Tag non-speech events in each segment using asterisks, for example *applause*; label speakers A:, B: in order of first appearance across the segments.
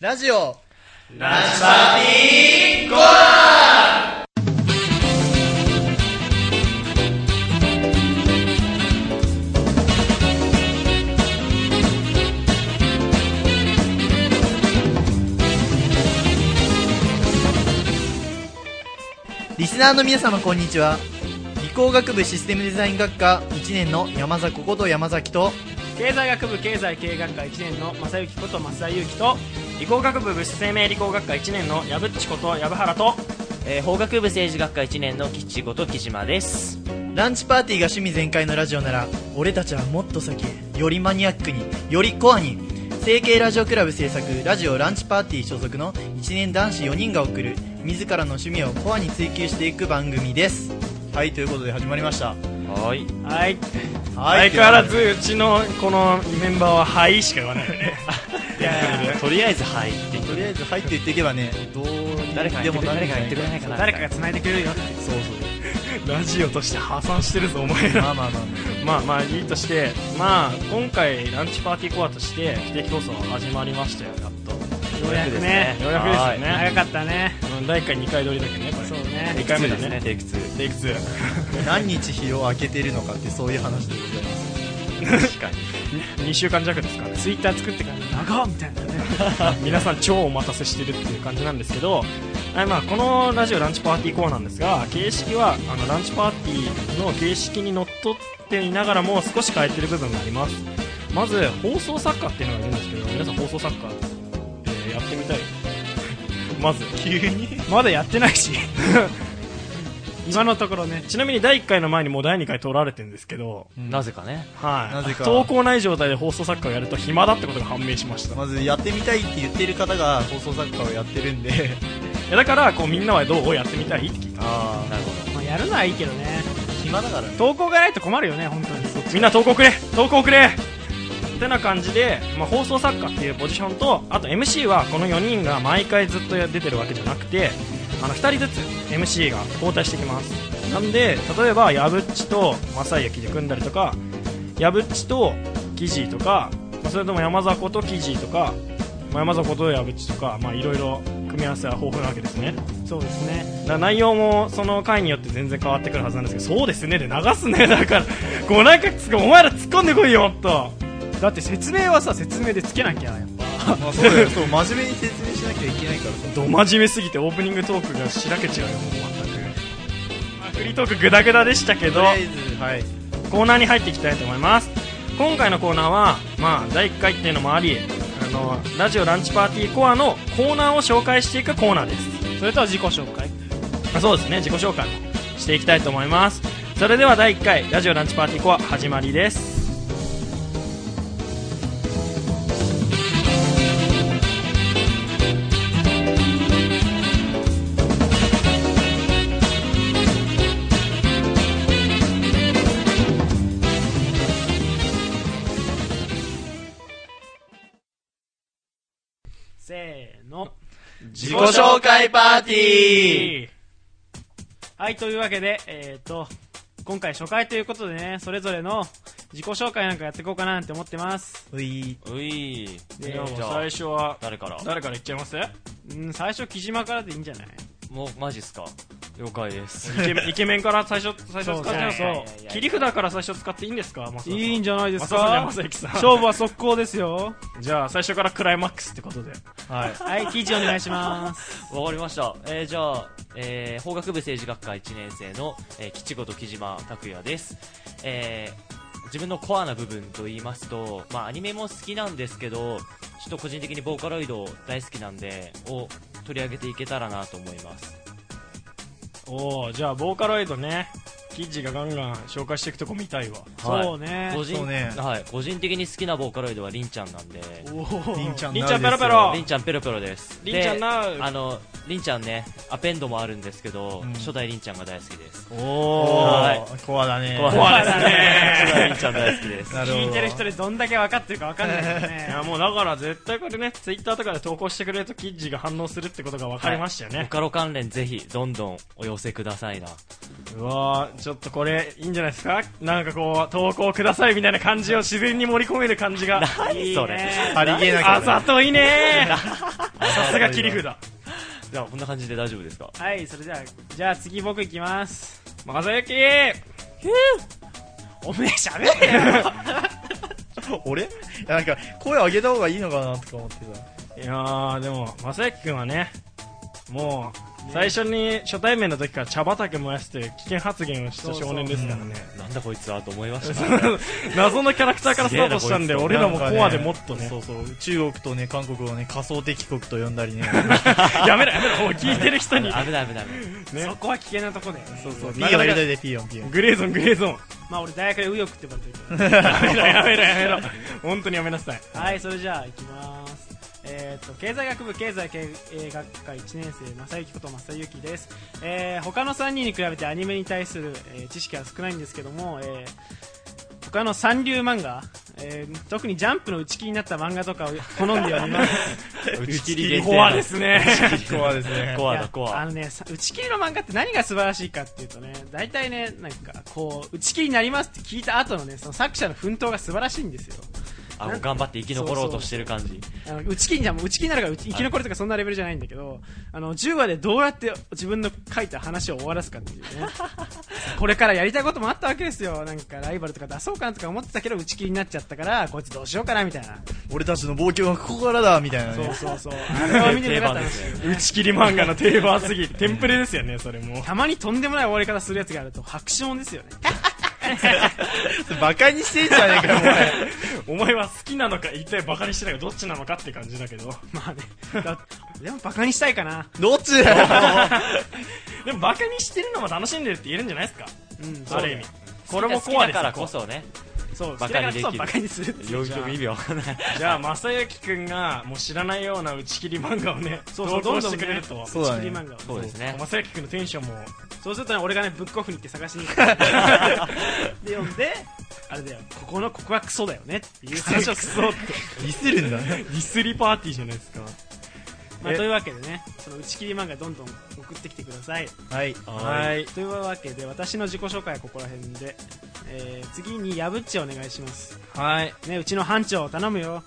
A: ラジオリスナーの皆様こんにちは理工学部システムデザイン学科1年の山迫こと山崎と
B: 経済学部経済経営学科1年の正幸こと増田裕樹と理工学部物質生命理工学科1年の藪っちこと藪原と
C: えー法学部政治学科1年の吉こと木島です
A: ランチパーティーが趣味全開のラジオなら俺たちはもっと先へよりマニアックによりコアに成形ラジオクラブ制作ラジオランチパーティー所属の1年男子4人が送る自らの趣味をコアに追求していく番組ですはいということで始まりました
C: はい
B: はい
A: はい
B: 相変わらずうちのこのメンバーは「はい」しか言わないよね *laughs* いやいや
C: とりあえずはいって言っ
A: と
C: て
A: りあえず入っていっていけばねどうに
C: 誰か
A: で
C: が言って
A: も
C: くれ
A: なるんじゃない
C: 誰かが言ってくれないかな
B: 誰かが繋いでくれるよ
A: そうそ
B: ラジオとして破産してるぞお前
A: う
B: ら
A: まあまあまあ
B: まあまあいいとしてまあ今回ランチパーティーコアとして不定期放送始まりましたよやっとよ
C: うやくですね
B: ようやくですよね
C: は
B: 早かったね、うん、第1回2回撮りだけどねこれそうね2回目だね
C: テイク2
B: テイク2
A: 何日日を明けてるのかってそういう話でございます
C: 確かに
B: 2週間弱ですかねツイッター作ってから長っみたいな *laughs* ね皆さん超お待たせしてるっていう感じなんですけどはいまあ、このラジオランチパーティーコーなんですが形式はあのランチパーティーの形式にのっとっていながらも少し変えてる部分がありますまず放送作家っていうのがいるんですけど皆さん放送作家ってやってみた *laughs* いまず急にまだやってない *laughs* し今のところねちなみに第1回の前にもう第2回撮られてるんですけど
C: なぜかね
B: はい、
A: なぜか
B: 投稿ない状態で放送作家をやると暇だってことが判明しました、い
A: まずやってみたいって言ってる方が放送作家をやってるんで
B: やだからこうみんなはどうやってみたいって聞いた、
A: あ
C: なるほど
B: まあ、やるのはいいけどね
A: 暇だからね
B: 投稿がないと困るよね本当にみんな投稿くれ投稿くれってな感じで、まあ、放送作家っていうポジションとあと MC はこの4人が毎回ずっとや出てるわけじゃなくてあの2人ずつ MC が交代してきますなんで例えばやぶっちと正幸で組んだりとかやぶっちとキジとか、まあ、それとも山迫とキジとか、まあ、山迫とやぶっちとかまあいろいろ組み合わせは豊富なわけですねそうですねだから内容もその回によって全然変わってくるはずなんですけどそうですねで流すね *laughs* だからこうなんかつくお前ら突っ込んでこいよとだって説明はさ説明でつけなきゃやっぱ
A: まあそうだよ *laughs* そう真面目に説明しなきゃいけないからさ
B: ど真面目すぎてオープニングトークがしらけちゃうよもう全く、まあ、フリートークグダグダでしたけ
A: と
B: ど
A: りあえずはい
B: コーナーに入っていきたいと思います今回のコーナーは、まあ、第1回っていうのもありあのラジオランチパーティーコアのコーナーを紹介していくコーナーですそれとは自己紹介あそうですね自己紹介もしていきたいと思いますそれでは第1回ラジオランチパーティーコア始まりですせーの
C: 自
B: 己紹
A: 介パーテ
B: はい、というわけで、えっ、と、今回初回ということでね、それぞれの自己紹介なんかやっていこうかななんて思ってます。
A: ういう
C: い
B: で、
C: じゃあ
B: 最初は、
C: 誰から
B: 誰からいっちゃいますうん、最初、木島からでいいんじゃない
C: もうマジっすか了解です
B: イケメン *laughs* イケメンから最初、最初使っちゃう
C: そうそう
B: そう。切り札から最初使っていいんですかマサさん
D: いいんじゃないです
B: マサさん
D: か
B: じゃないマサユ *laughs* キさん。
D: 勝負は速攻ですよ。
B: じゃあ、最初からクライマックスってことで。はい。
D: はい、記事お願いしま
C: *laughs*
D: す。
C: わかりました、えー、じゃあ、えー法学部政治学科1年生の、えー、吉子と木島拓也です、えー自分のコアな部分と言いますと、まあ、アニメも好きなんですけどちょっと個人的にボーカロイド大好きなんでを取り上げていけたらなと思います
B: おおじゃあ、ボーカロイドね。キッジがガンガン紹介していくとこ見たいわ。
C: はい
D: そうね。
C: 個人
A: そうね
C: はい、個人的に好きなボーカロイドはりんちゃんなんで
D: おー
A: りんちゃん
B: りん
A: な
B: ちゃんペロペロ
C: りんちゃんペロペロです
B: りんちゃん
C: で
B: な
C: あのりんちゃんねアペンドもあるんですけど、
A: うん
C: 初代りんちゃんが大好きです
A: お
C: は
A: おコアだね
B: ア
C: 怖い
B: ですね
C: 初代りんちゃん大好きです
A: なるほど
D: 聞いてる人でどんだけ分かってるか分かんないですよ
B: *laughs* い
D: ね
B: や。もうだから絶対これねツイッターとかで投稿してくれるとキッジが反応するってことが分かりましたよ
C: ボ
B: ね、
C: カロ関連ぜひどんどんお寄せくださいう
B: わーちょっとこれいいんじゃないですかなんかこう投稿くださいみたいな感じを自然に盛り込める感じが
C: 何それ
D: いいね
A: ありげなか
B: あざとい
D: *laughs*
B: ねさすが切り札、
C: じゃあこんな感じで大丈夫ですか
D: はい、それじゃあ、じゃあ次僕行きます。
B: まさゆきい
D: おめえ喋れ
B: *laughs*
D: よ
A: 俺いやなんか声上げた方がいいのかなとか思ってた
B: やーでもまさゆきくんはねもう最初に初対面の時から茶畑燃やすという危険発言をした少年ですからね
C: なんだこいつはと思いました
B: 謎のキャラクターからスタートしたんで俺らもコアでもっとね
A: そうそう中国とね韓国をね仮想敵国と呼んだり *laughs* ね
B: やめろやめろもう聞いてる人に
C: 危ない危ない
B: ね
D: そこは危険なとこだよね。
B: そうそう
A: ピーヨン入れといてピーヨンピーヨン
B: グレーゾングレーゾン
D: *laughs* まあ俺大学で右翼って呼ばれてる
B: *laughs*
D: けど。
B: やめろやめろやめろ本当にやめなさい
D: はい、それじゃあ行きます。えーっと経済学部経済経営学科1年生正幸こと正幸です、えー他の3人に比べてアニメに対する、えー知識は少ないんですけども、えー他の三流漫画、えー特にジャンプの打ち切りになった漫画とかを好んで読みます
B: *laughs*
C: 打ち切り限定
B: コア
D: *laughs*
B: ですね
A: コアですね
C: コア
D: い
C: だ
D: や
C: コ
D: あ
C: ア
D: のねさ打ち切りの漫画って何が素晴らしいかっていうとね大体ねなんかこう打ち切りになりますって聞いた後のねその作者の奮闘が素晴らしいんですよ
C: あもう頑張って生き残ろうとしてる感じ
D: あの打ち切りじゃんもう打ち切りになるからうち生き残るとかそんなレベルじゃないんだけどあの10話でどうやって自分の書いた話を終わらすかっ
C: *laughs*
D: ていうねこれからやりたいこともあったわけですよなんかライバルとか出そうかなとか思ってたけど打ち切りになっちゃったからこいつどうしようかなみたいな
A: 俺たちの冒険はここからだみたいな
D: そう
A: ね
D: そうそう *laughs* あれは見てなか
C: 定番
D: った
C: で
D: ら
C: すね
B: 打ち切り漫画の定番すぎテンプレですよねそれも
D: たまにとんでもない終わり方するやつがあると白紙音ですよね
A: バカにしてんじゃねえかよお前
B: お前は好きなのか一体バカにしてないかどっちなのかって感じだけど
D: *laughs* まあね
B: *laughs*
D: だでもバカにしたいかな
A: どっちだよ
B: でもバカにしてるのも楽しんでるって言えるんじゃないですか
D: うん
B: あ
D: そう
B: る意味これも
C: 好き
B: コア
C: だ
B: です
C: から
B: よ
C: こそね
D: そう
C: バ
D: バ
C: カ
D: カ
C: に
D: に
C: で
D: で
C: きる
D: きるバカにするっていう
C: よくよく意味わかんない
B: じゃあ正幸くんがもう知らないような打ち切り漫画をね
D: そうそう
B: 投
D: ど
B: 稿し
D: んどん
B: てくれ
D: ね
B: ると
A: そうだ
D: 打ち
A: ね
D: 切り漫画を
C: そうですね
B: 正幸くんのテンションも
D: そうするとね俺がねブックオフに行って探しに行くで読んであれだよここのここはクソだよねっていう話を
B: ク
D: す
B: ソ
D: る
B: って
A: ディスるんだね
B: ディスリパーティーじゃないですか
D: まあ
B: え
D: というわけでねその打ち切り漫画どんどん送ってきてください
A: はい
C: はい
D: というわけで私の自己紹介はここら辺で、えー次にやぶっちお願いします
B: はい
D: ねうちの班長頼むよ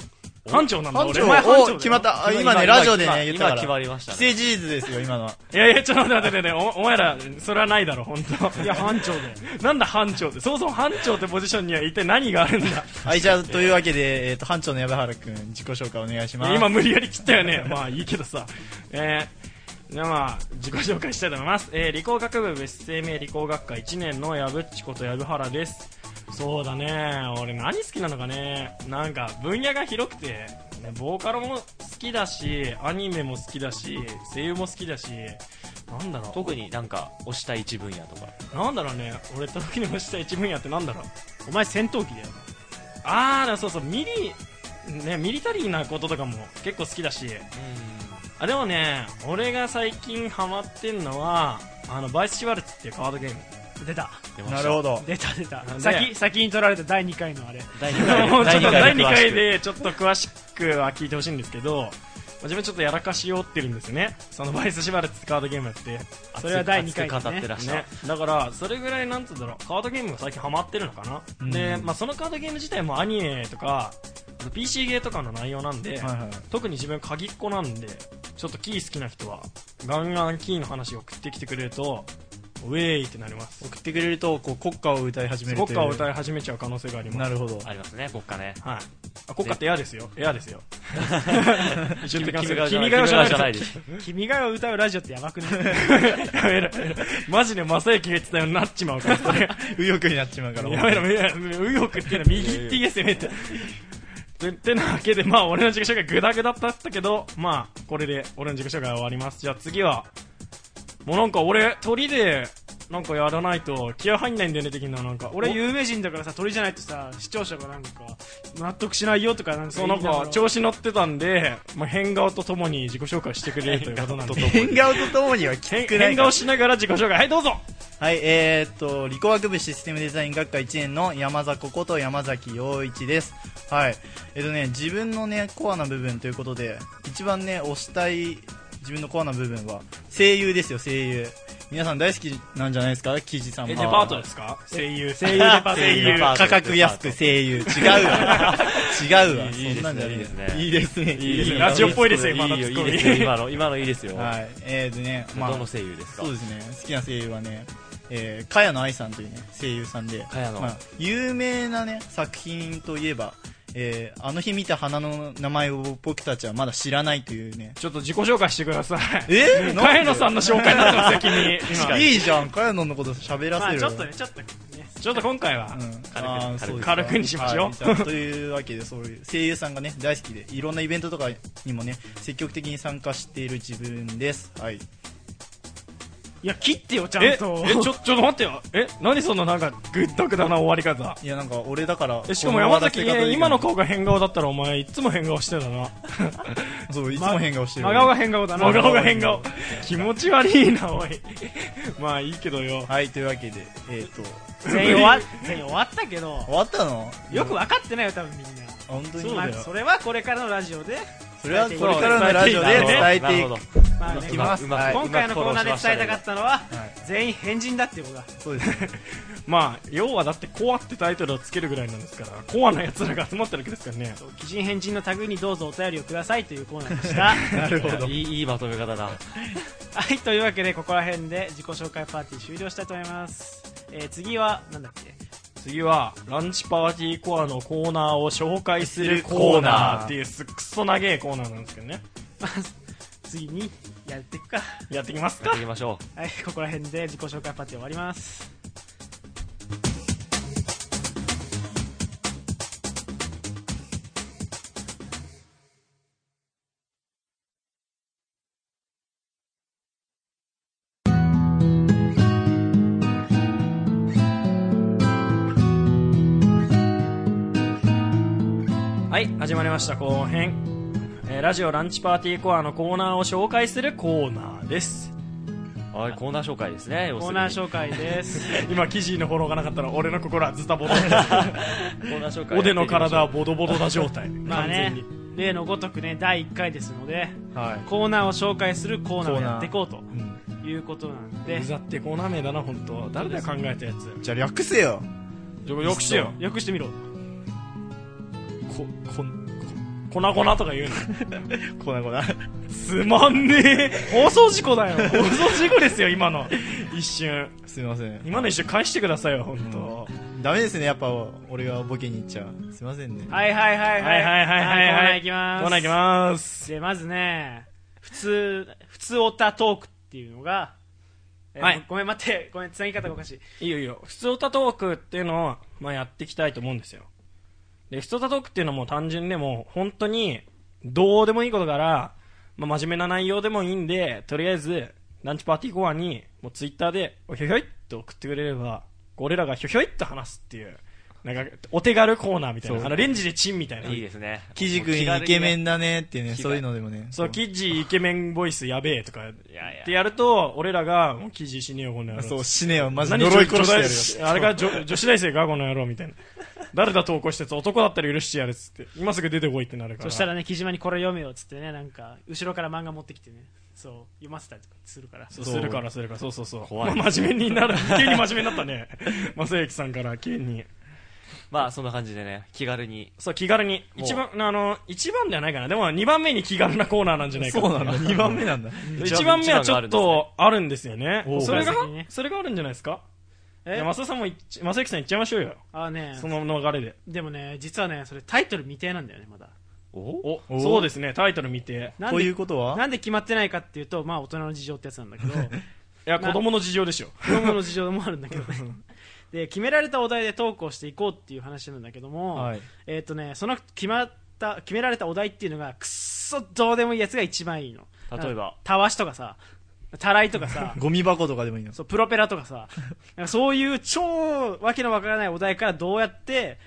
B: 班長なんだ
A: 班
B: 俺
A: 長
D: 前班長だ
A: お
D: よ
A: 決まったあ今ねラジオでね言った
C: 今
A: か
C: 決
A: ら
C: まりました
A: 既
C: ね
A: 成事実ですよ今のはい
B: やいやちょっと待って待って待っておお前らそれはないだろ本当
D: いや班長だよ
B: *laughs* なんだ班長ってそもそも班長ってポジションには一体何があるんだ
A: はいじゃあというわけでえっと班長の矢部原くん自己紹介お願いします
B: 今無理やり切ったよ
D: *laughs*
B: ねまあいいけどさえーじゃあまあ自己紹介したいと思います、えー理工学部別生命理工学科1年の矢ぶっちこと矢部原ですそうだね俺何好きなのかねなんか分野が広くて、ね、ボーカルも好きだしアニメも好きだし声優も好きだしなんだろ
C: 特になんか推したい一分野とか
B: うなんだろうね俺特に推した一分野ってなんだろう
D: お前戦闘機だよ
B: ああそうそうミリねミリタリーなこととかも結構好きだしあでもね俺が最近ハマってんのはあのバイスシュワルツっていうカードゲーム
D: 出た
C: 出ま
A: な
C: し
A: る
C: た
A: ほど
D: 出た出た
B: なんで
D: 先先に取られた第2回のあれ
C: 第
B: *laughs* もう
C: 2
B: ちょっと第
C: 回
B: 2
C: 詳し
B: 回
C: く
B: でちょっと詳しくは聞いてほしいんですけどまあ自分ちょっとやらかしを負ってるんですよねそのバイスシュワルツってカードゲームやって
D: それは第二回
C: 熱く語ってらっしゃる
B: ね、だからそれぐらいなんつうんだろうカードゲームが最近ハマってるのかな、
A: うん
B: で、まあ、そのカードゲーム自体もアニメとかあと PC ゲーとかの内容なん
A: は
B: で、
A: いはい
B: 特に自分鍵っ子なんでちょっとキー好きな人はガンガンキーの話を送ってきてくれるとウェーイってなります
A: 送ってくれるとこう国歌を歌い始める
B: 国歌を歌
A: い
B: い始めちゃう可能性があります
A: なるほど
C: ありますね国家ね
B: はい、あ国歌ってエアですよエアですよ *laughs* 一応言ってきますけど君
C: 君
B: が
C: が
B: 代
C: 代じ
B: じ
C: ゃ
B: ゃ
C: な
B: ないい
C: で
B: ですす
D: 君が歌うラジオってやばくない
B: *laughs* やめろやめろマジで正行が言ってたようになっちまうからそれ
A: 右翼になっちまうから
B: やめろ、やめろ右翼っていうのは右って言えせめて。ててなわけで、まあ、俺の自己紹介グダグダだったけど、まあ、これで俺の自己紹介は終わります。じゃあ次は、もうなんか俺、鳥で、なんかやらないと気合入んないんだよね、的な、なんか。
D: 俺
B: 俺、
D: 有名人だからさ鳥じゃないとさ視聴者がなんか納得しないよとかなんか
B: そう、なん
D: 言いが
B: から調子乗ってたんで、まあ、変顔とともに自己紹介してくれるということなんで。
A: 変顔とともにはきつくない
B: 変
A: から
B: *laughs* 変顔しながら自己紹介。はい、どうぞ
A: はい、えー、っと、理工学部システムデザイン学科1年の山迫こと山崎陽一です。はい。えっとね、自分のね、コアな部分ということで、一番ね、推したい自分のコアな部分は、声優ですよ、声優。皆さん大好きなんじゃないですかキジさん
B: えデ
A: は
B: パートですか声優
D: 声優デパート
A: 声優
C: デパート
A: 価格安く声優違うわ違うわ
C: いい
A: そんなんじゃないです
C: い
A: いいですねいいですね
D: ラジオっぽいですよ
C: いい
D: 今の
C: よい
D: ツッ
C: い
D: コミ
C: ですよ今の今のいいですよ、
A: はいえーとねまあ
C: どの声優ですか
A: そうですね好きな声優はねえー、茅野愛さんというね声優さんで
C: 茅野
A: まあ、有名なね作品といえば、えーあの日見た花の名前を僕たちはまだ知らないというね
B: ちょっと自己紹介してください
A: えなんで
B: 茅野さんの紹介だったの責任今
A: いいじゃん茅野のこと喋ら
D: ま
A: せ
D: あ
A: る
D: ちょっとねちょっとね
B: ちょっと今回は、
A: うん、軽く
B: 軽くにしましょう
A: というわけでそういう声優さんがね大好きでいろんなイベントとかにもね積極的に参加している自分ですはい
D: いや切ってよちゃ
B: ええ
D: ん
B: ち
D: と
B: ょちょっと待ってよえ何そのなんかグッダグダな終わり方
A: いやなんか俺だから
B: えしかも山崎ね今の子が変顔だったらお前いつも変顔してたな
A: そういつも変顔してる
B: 真顔が変顔だな
A: 真
B: 真
A: 顔
B: 顔
A: が
B: が
A: 変
B: 変
A: 顔
B: 顔気持ち悪いなおい *laughs* まあいいけどよ
A: はいというわけでえっ、と
D: 全員終わ全員終わったけど
A: 終わったの
D: よく分かってないよ多分みんな
A: 本当に
D: まあそれはこれからのラジオで
A: それはこれからのラジオで伝えていく
D: まあね
A: いきます
C: うまく
A: はい
D: 今回のコーナーで伝えたかったのは
A: はい
D: 全員変人だっていうことだ
A: そうですね
B: まあ要はだってコアってタイトルをつけるぐらいなんですからコアなやつらが集まってるわけですからね
D: そう鬼人変人の類にどうぞお便りをくださいというコーナーでしたは
A: *laughs*
D: い
A: なるほど
C: いいいいまとめ方だ
D: いというわけでここら辺で自己紹介パーティー終了したいと思います、えー次はなんだっけ *laughs*
B: 次はランチパーティーコアのコーナーを紹介するコーナーっていうすっくそ長えコーナーなんですけどね
D: 次にやっていくか
B: やってきます
C: やっ
B: か
C: ていきましょ
D: はいここら辺で自己紹介パーティー終わります
B: はい始まりました後編、えーラジオランチパーティーコアのコーナーを紹介するコーナー *laughs* です
C: うはいコーナー紹介ですね要
D: コ
C: す
D: ー
C: るに
D: ナー紹介です
A: *laughs*
B: 今記事のフォローがなかったら俺の心はズタボ *laughs* ロだ
C: コーナー紹介
B: おでの体は
C: を
B: ボドボドな状 *laughs* 態
D: まあね
B: 完全に
D: 例のごとくね第1回ですので
A: はい
D: コーナーを紹介するコーナーをやっていこうと
A: うん
D: いうことなん
B: で
D: で
B: うざってコーナー名だな本当誰だよ考えたやつ
A: じゃあ略せよ
B: よよくしてよ
D: よくしてみろ
B: ここんこ粉々とか言うの
A: こなこな
B: つまんねえ放送事故だよ *laughs* 放送事故ですよ今の一瞬
A: すいません
B: 今の一瞬返してくださいよ本当、
A: ダメですねやっぱ俺がボケに行っちゃうすいませんね
D: はいはいは
B: はい
D: い
B: はいはいはい
D: コーナ
B: は
D: ー
B: い
D: いきます
B: コーナーいきます
D: でまずね普通普通オタトークっていうのが、えー
B: はい
D: ごめん待ってごめんつなぎ方がおかしい
B: いいよいいよ普通歌トークっていうのを、まあ、やっていきたいと思うんですよで普通歌トークっていうのも単純でも本当にどうでもいいことから、まあ、真面目な内容でもいいんでとりあえずランチパーティーコアにもうツイッターでひょひょいっと送ってくれれば俺らがひょひょいっと話すっていうなんかお手軽コーナーみたい
A: そ
B: な
A: う
B: あのレンジでチンみたいない
C: いですね
A: キジ君イケメンだねってねそういうのでもね
B: そうキッジイケメンボイスやべえとかっ
C: いやいや
B: てやると俺らがもうキッジ死ねよこの野郎
A: そう死ねよマジ
B: 何
A: 呪い殺してやるよ
B: 女あれが女 *laughs* 女子大生かこの野郎みたいな誰だ投稿したやつ男だったら許してやるっつって今すぐ出てこいってなるから
D: そしたらね木島にこれ読めよっつってねなんか後ろから漫画持ってきてねそう読ませたりとかするから
B: そうするからするからそうそうそう
C: 怖い
B: まあ真面目になる急に真面目になったね正幸さんから急に
C: まあそんな感じでね気軽に
B: そう気軽に
C: もう
B: 一番あの一番ではないかなでも2番目に気軽なコーナーなんじゃないか
A: そうなんだ2番目なんだ
B: 1番目はちょっとあるんですよね
D: おう
B: それが
D: おう先にね
B: それがあるんじゃないですかい
D: え
B: や増田さんもいっち増田幸さんいっちゃいましょうよ
D: ああね
B: その流れで
D: でもね実はねそれタイトル未定なんだよねまだ
C: お
B: おそうですねタイトル見て
D: なん
A: という
D: で
A: ことは
D: なんで決まってないかっていうとまあ大人の事情ってやつなんだけど
B: いや子供の事情でしょ
D: 子供の事情もあるんだけどね *laughs* で決められたお題でトークをしていこうっていう話なんだけども、
A: はい
D: えっ、とねその決まった決められたお題っていうのがくっそどうでもいいやつが一番いいの
C: 例えば
D: たわしとかさたらいとか
A: *laughs*
D: さ
A: ゴミ箱とかでもいいの
D: そうプロペラとかさなんかそういう超わけのわからないお題からどうやって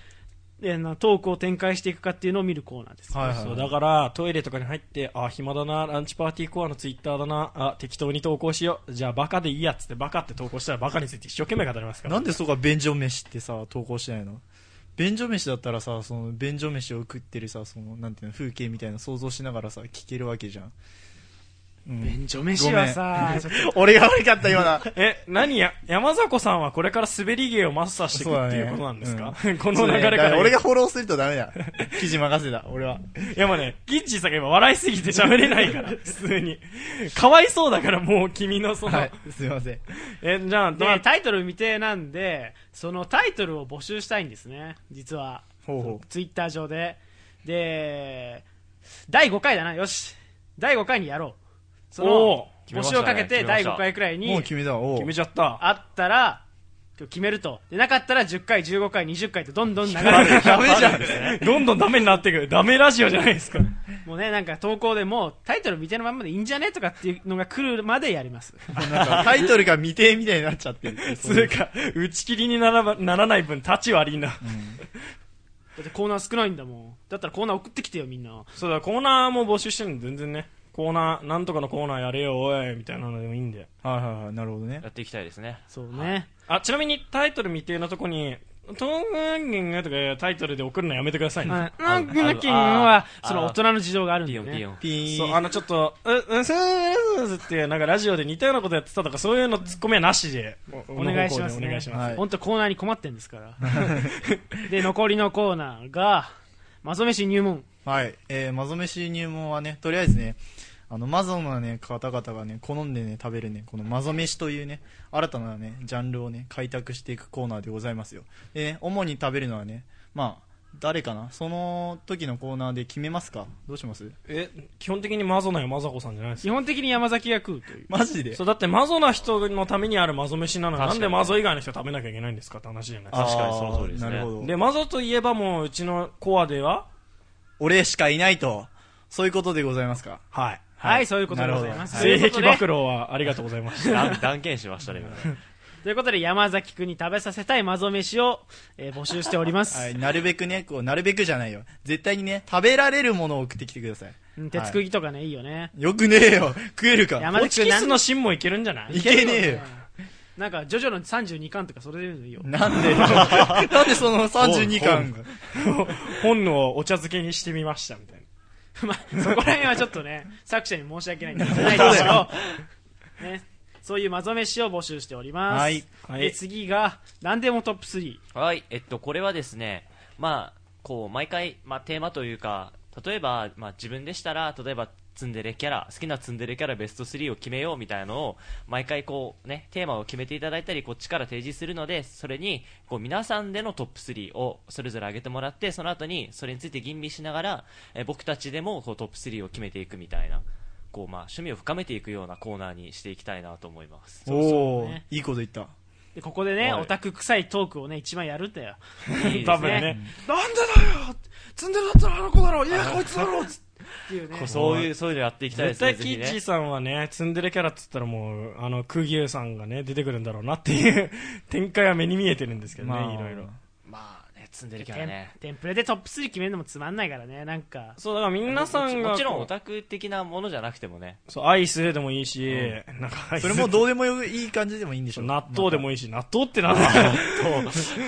D: えーなトークを展開していくかっていうのを見るコーナーです、
A: はい
B: そう
A: は
B: だからトイレとかに入ってあ暇だなランチパーティーコアのツイッターだなあ適当に投稿しようじゃあバカでいいやっつってバカって投稿したらバカについて一生懸命語りますか
A: い
B: ら
A: なんでそこは便所飯ってさ投稿しないの便所飯だったらさその便所飯を食ってるさそのなんていうの風景みたいな想像しながらさ聞けるわけじゃんうん
D: 便所飯はさ、ちょっ
A: *laughs* 俺が悪かったよう *laughs* な。
B: え、何や、山迫さんはこれから滑り芸をマスターしていくっていうことなんですか、この流
A: だ
B: れか。
A: からら俺がフォローするとダメ *laughs* だ。記事任せだ、俺は。
B: いやまあね、ギッチーさんが今笑いすぎて喋れない
A: *laughs*
B: から、普通に。かわいそうだからもう君のその、
A: はい、 *laughs* すいません。
B: え、じゃあ、
D: と
B: ま
D: ね
B: あ、
D: タイトル未定なんで、そのタイトルを募集したいんですね、実は。
A: ほうほ。
D: ツイッター上で。で、第5回だな、よし。第5回にやろう。そ
B: お
D: の
B: ー、
C: 決め
D: 募
C: まし
D: 集
C: たね
D: をかけて
C: 決めま
D: 第
C: した
D: 5回くらいう
A: もう
D: に
A: 決めたわ、おう
B: 決めちゃった。
D: あったら、決めると。で、なかったら10回、15回、20回とどんどん流れていく
A: ダメじゃん。
B: どんどんダメになってくる。ダメラジオじゃないですか。
D: もうね、なんか投稿でもうタイトル未定のまんまでいいんじゃねとかっていうのが来るまでや
C: *laughs*
D: ります。
A: *laughs* なんかタイトルが未定みたいになっちゃってる。 *laughs*
B: つうか、打ち切りにならばならない分、立ち悪いな。
D: だってコーナー少ないんだもん。だったらコーナー送ってきてよ、みんな。
B: そうだ、コーナーも募集してるの、全然ね。コーナー、なんとかのコーナーやれよ、おい、みたいなのでもいいんで。
A: はいはいはい、なるほどね *laughs*
C: や。っていきたいですね。
D: そうね。
B: あ、ちなみにタイトル未定のとこに、東軍とかタイトルで送るのやめてくださいね。
D: はい。なんか、なきん
C: あ
D: は、
C: あ
D: その大人の事情があるん
C: ピ
D: で
C: ヨンピヨ
D: ね。
C: ン。
A: ピー
B: そ
A: ン。
B: う、あの、ちょっと、う、うん、すーすーって、なんかラジオで似たようなことやってたとか、そういうのツッコミはなしで、
D: お願いしますね
B: お願いします。
A: はい
D: 本当コーナーに困ってんで
A: *laughs*
D: すから。で、残りのコーナーが、マゾ飯入門。
A: はい。えー、マゾ飯入門はね、とりあえずね、あの、マゾンのね、方々がね、好んでね、食べるね、このマゾ飯というね、新たなね、ジャンルをね、開拓していくコーナーでございますよ。でね、主に食べるのはね、まあ、誰かなその時のコーナーで決めますかどうします
B: え、基本的にマゾナよ、マザコさんじゃないです
D: 基本的に山崎が食うという。
A: マジで
B: そう、だってマゾな人のためにあるマゾ飯なのに、な
C: 確か
B: ん
C: に
B: でマゾ以外の人食べなきゃいけないんですかって話じゃないです
A: あ
B: か。
A: ー
C: 確かにその通りですね
A: なるほど。
B: で、マゾといえばもう、うちのコアでは、
A: 俺しかいないと、そういうことでございますか
B: はい。
D: はい、そういうことでございます。
A: な
D: とい
B: 性
D: うこと
B: 癖暴
D: で
B: 露はありがとうございました。
C: 断断言しましたね、今ね
D: ということで、山崎くんに食べさせたいマゾ飯を、えー募集しております。
A: はい、なるべくね、こう、なるべくじゃないよ。絶対にね、食べられるものを送ってきてください。
D: うん手作りとかね、いいよね。
A: よくねえよ。食えるか。
D: 山
B: ホ
D: 崎
B: チ
D: くん
B: キ
D: な
B: ス
D: ん
B: の芯もいけるんじゃない
A: いけねえよ。
D: なんか、ジョジョの32巻とかそれでいいのいいよ。
A: なんで、 *laughs* なんでその32巻が。
B: 本のお茶漬けにしてみました、みたいな。
D: まあ、そこら辺はちょっとね、作者に申し訳ないんじゃないです
A: *laughs*
D: けど、ね、そういうまとめしを募集しております。
A: はい
B: はい
D: で、次が、何でもトップ3。
C: はい、えっと、これはですね、まあ、こう、毎回、まあ、テーマというか、例えば、まあ、自分でしたら、例えば、ツンデレキャラ、好きなツンデレキャラベスト3を決めようみたいなのを、毎回こう、ね、テーマを決めていただいたり、こっちから提示するので、それに、こう、皆さんでのトップ3をそれぞれ上げてもらって、その後に、それについて吟味しながら、え僕たちでも、こう、トップ3を決めていくみたいな、こう、まあ、趣味を深めていくようなコーナーにしていきたいなと思います。
A: お
D: う
A: お
D: ね
A: いいこと言った。
D: で、ここでね、
C: はい
D: オタク臭いトークをね、一番やるんだよ。
C: い
B: *laughs*
C: いです
B: 多
C: ね
B: 分ね。
D: なんでだよ
B: ツンデレだったらあの子だろい
D: *laughs*
B: や、こいつだろ
D: っていうね。
C: そういう、そういうのやっていきたいで
B: 絶
C: すね。
B: 対
C: ぜ
B: キ
C: ひ
B: ッチ
C: ね
B: ーさんはね、ツンデレキャラっつったらもう、あの、クギュウさんがね、出てくるんだろうなっていう *laughs* 展開は目に見えてるんですけどね、
A: まあ
B: いろいろ。
C: まあね、積んで
D: テ
C: るからね
D: ン。テンプレでトップ3決めるのもつまんないからね、なんか。
B: そう、だから皆さんがこう、
C: もちろんオタク的なものじゃなくてもね。
B: そう、アイスでもいいし、なんかアイ
A: *laughs*
B: ス
A: それもどうでもよいい感じでもいいんでしょ
B: 納豆で
A: も。
B: もいいし、納豆ってなんだ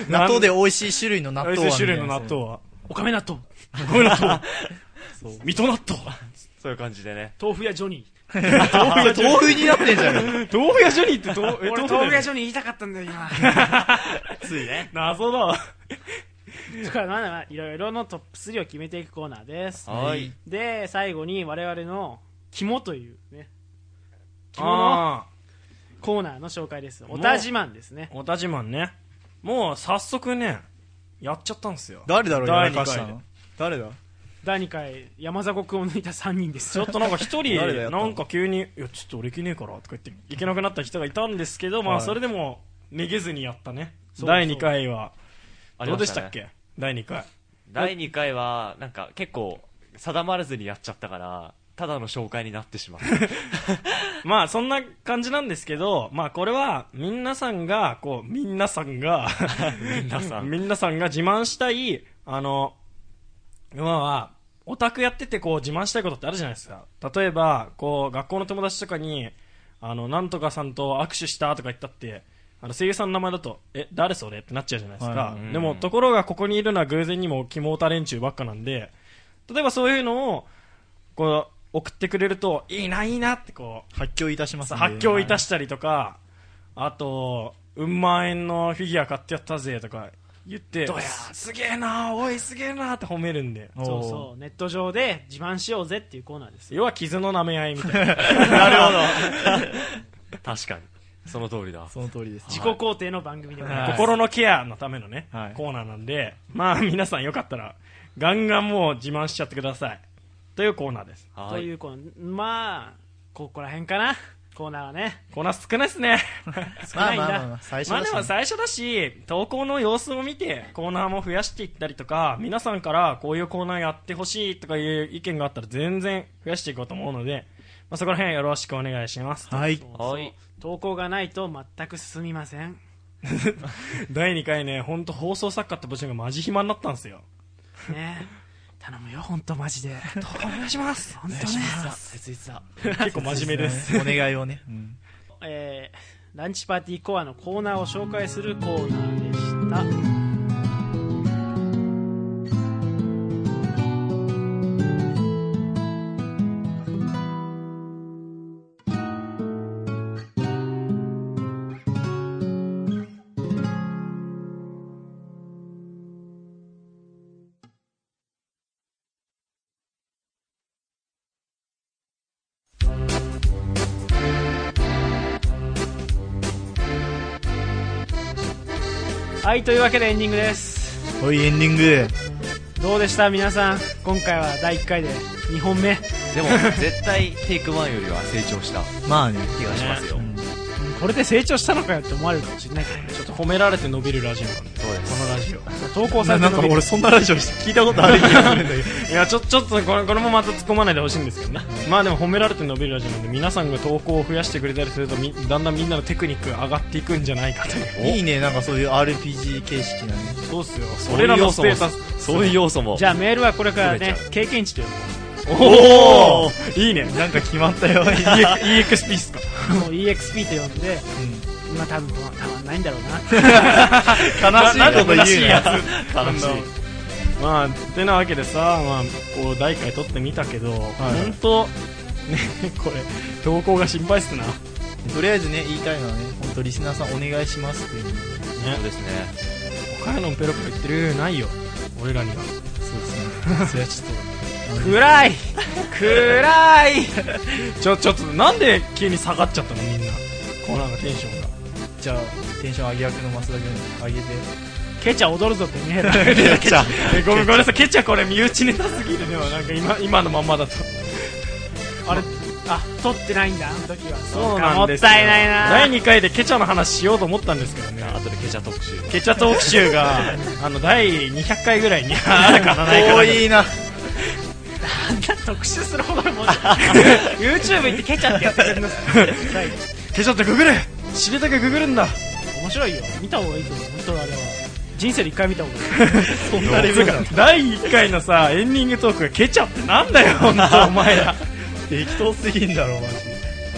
A: 納豆で美味しい種類の納
B: アイ
A: 豆
B: ス
A: は。
B: 種類の納豆
A: み
B: は。
D: おかめ納豆、
B: ごめん納豆。水戸納豆。
C: そういう感じでね。
D: 豆腐屋ジョニー。
A: たいなやつね。豆腐になってんじゃん。
B: *laughs* 豆腐屋ジョニーってどう、え
D: 俺、
B: だよ
D: 豆
B: ね
D: 腐屋ジョニー言いたかったんだよ、 *laughs* 今。
C: ついね。
B: 謎だわ。
D: だから、まだまだいろいろのトップ3を決めていくコーナーです。
C: はい。
D: で、最後に我々の肝というね、肝の
B: あ
D: コーナーの紹介です。おた自慢ですね
B: あ。。オタジマンね。もう早速ね、やっちゃったんですよ。
A: 誰だろう、や
B: 第
A: ら
B: 二回
A: かしたの。誰だ
D: 第2回、山迫君を抜いた3人です
B: ちょ。っとなんか一人
A: 誰だよ、
B: なんか急に、いや、ちょっと俺行けねえから、とか言って、行けなくなった人がいたんですけど、ま
A: は
B: あ、
A: い
B: それでも、めげずにやったね。
D: そう
B: 第2回は、
C: あり
B: どう
C: ま
B: で
C: ね
B: したっけ第2回。
C: 第2回は、なんか結構、定まらずにやっちゃったから、ただの紹介になってしまった。
B: まあ、そんな感じなんですけど、まあ、これは、みんなさんが、こう、みんなさんが、
C: 皆さ
B: *laughs*
C: ん。
B: みんなさんが自慢したい、あの、まあ、オタクやっててこう自慢したいことってあるじゃないですか。例えば、こう、学校の友達とかに、あの、なんとかさんと握手したとか言ったって、あの、声優さんの名前だと、え、誰それってなっちゃうじゃないですか。
A: はい
C: うん
B: でも、ところがここにいるのは偶然にもキモオタ連中ばっかなんで、例えばそういうのを、こう、送ってくれるといいないいなってこう
A: 発狂いたしますんで
B: 発狂いたしたりとかあとうん万円のフィギュア買ってやったぜとか言って
D: どや
B: すげえなおいすげえなって褒めるんで
A: おー
D: そうそうネット上で自慢しようぜっていうコーナーですよ
B: 要は傷の舐め合いみたいな
C: なるほど確かにその通りだ
A: その通りです
D: 自己肯定の番組
B: *laughs*
D: でございます
A: はい
B: 心のケアのためのね、
A: はい
B: コーナーなんでまあ皆さんよかったらガンガンもう自慢しちゃってくださいというコーナーです
C: は
D: と
C: い
D: いうこのまあここら辺かなコーナーはね
B: コーナー少ないですね
D: 少
A: ま
D: な
A: あ
D: いんだ、
A: まあまあまあ最初
B: まあ
A: だ
B: で
A: し
B: も最初だし投稿の様子を見てコーナーも増やしていったりとか皆さんからこういうコーナーやってほしいとかいう意見があったら全然増やしていこうと思うので、まあ、そこら辺よろしくお願いします
A: はい
D: そうそう
C: はい
D: 投稿がないと全く進みません、
B: 第2回ね本当放送作家って募集がマジ暇になったんですよ
D: ね、頼むよ本当マジで
B: お願いします
D: 本当ね
C: 切実だ
B: 結構真面目です
A: お願いをね、うん
D: えーランチパーティーコアのコーナーを紹介するコーナーでしたはいというわけでエンディングです
A: おいエンディング
D: どうでした皆さん今回は第1回で2本目
C: でも絶対テイクワンよりは成長した
A: まあね、
C: 気がしますよ、
A: うん
D: これで成長したのかよって思われるかもしれないからね
B: ちょっと褒められて伸びるラジオなんで
C: そうです
B: このラジオ
D: 投稿さ
A: な
D: れ
A: な
D: て
A: ん
D: る
A: か
D: の
A: 俺そんなラジオ聞いたことある気がするんだけど
B: いやちょちょっとこれこれもまた突っ込まないでほしいんですけどねまあでも褒められて伸びるラジオなんで皆さんが投稿を増やしてくれたりするとみだんだんみんなのテクニックが上がっていくんじゃないかという
A: いいねなんかそういう RPG 形式なね
B: そうっすよ
C: そうい
B: 俺
C: う
B: らの
C: 要素
B: ス
C: も
B: テータス
C: そういう要素も
D: じゃあメールはこれから
C: 増え
D: ね
C: ちゃ
D: 経験値という
B: おおいいね
A: なんか決まった *laughs* よ
B: EXP っすか
D: もう EXP と呼んで今多分たまんないんだろうな
A: 悲
D: *laughs*
A: しいこと言う
B: 悲しいや
A: な
C: つ悲しい
B: まあてなわけでさ、まあ、こう第1回撮ってみたけど、本当ねこれ投稿が心配っすなね
A: とりあえずね言いたいのはね本当リスナーさんお願いしますっていう
C: そうですね
B: 岡山のペロペロ言ってるないよ俺らには
A: そうですね *laughs* それはちょっ
B: 暗い暗いちょちょっとなんで急に下がっちゃったのみんなこうなんかテンションが
A: とじゃあテンション上げ役の増田君上げて
D: ケチャ踊るぞってね
A: ケチャ
B: えごめんごめんなさいケチャこれ身内ネタすぎるでもなんか今今のまんまだと
D: あれあ撮ってないんだあの時は
B: そう
D: か
B: なんですよ
D: もったいないな
B: 第2回でケチャの話しようと思ったんですけどね
C: あとでケチャ特集
B: ケチャトーク集が *laughs* あの第200回ぐらいにあるかなないかな
A: 多いな
D: 特集するほどのもん *laughs* YouTube 行ってケチャってやってくれるの *laughs* はい
B: ケチャってググる知りたくググるんだ
D: 面白いよ見た方がいいと思う本当あれは人生で一回見た方がいい
A: そんなレベルだ
B: 第1回のさエンディングトークがケチャってなんだよ本当お前 *laughs* ら
A: 適当すぎんだろマジで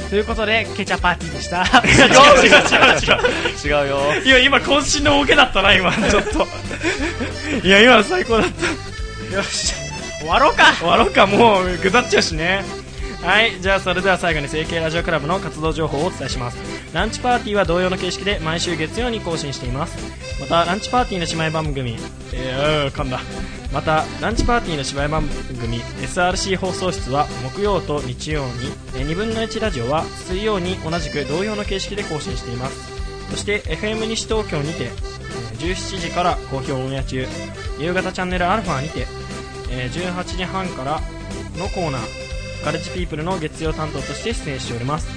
D: ということでケチャパーティーでした *laughs*
B: 違う違う違う違う
C: 違うよ
B: いや、今、渾身のボケだったな、今、ちょっと。いや、今の最高だった。
D: よし終わろうか *laughs*
B: *laughs* 終わろうか、もう、ぐだっちゃうしね。はい、じゃあそれでは最後に成形ラジオクラブの活動情報をお伝えします。ランチパーティーは同様の形式で毎週月曜に更新しています。また、ランチパーティーの姉妹番組、えー、うん噛んだ。また、ランチパーティーの姉妹番組、SRC 放送室は木曜と日曜に、え2分の1ラジオは水曜に同じく同様の形式で更新しています。そして FM 西東京にて、えー17時から好評オンエア中夕方チャンネルアルファにて、えー18時半からのコーナーガレッジピープルの月曜担当として出演しております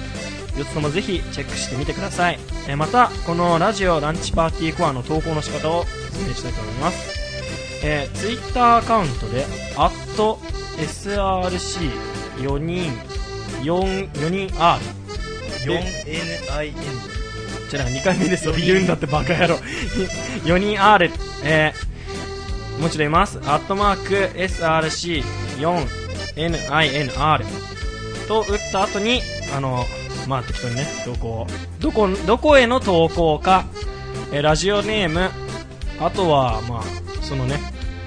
B: 4つともぜひチェックしてみてください、えーまたこのラジオランチパーティーコアの投稿の仕方を説明したいと思います、えー、Twitter アカウントで「@SRC4 人 4, 4人 R」
A: 4NIN
B: じゃあ2回目でそう言うんだってバカ野郎4人 R えー、もう一度言いますアットマーク SRC4NINR と打った後にあのまあ適当にね投稿どこどこへの投稿か、えーラジオネームあとはまあそのね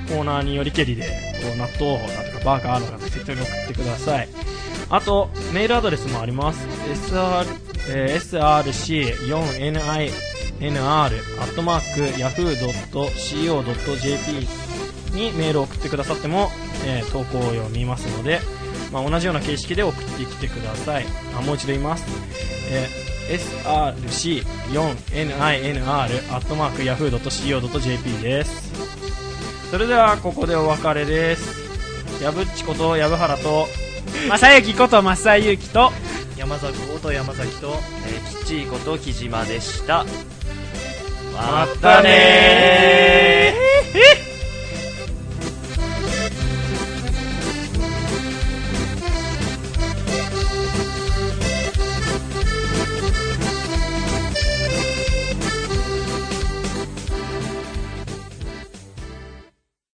B: コーナーによりけりでこう納豆とかバーガーとかで適当に送ってくださいあとメールアドレスもあります SR、えー SRC4NINR アットマーク Yahoo.co.jp にメールを送ってくださっても、えー投稿を読みますので、まあ、同じような形式で送ってきてくださいあもう一度言います、えー SRC4NINR アットマーク Yahoo.co.jp ですそれではここでお別れです矢ぶっちこと矢ぶはらと
D: 正幸こと増田祐樹と
A: 山崎こと山崎と
C: えー、きっちーこと木島でした
B: ま
C: ま
B: たねー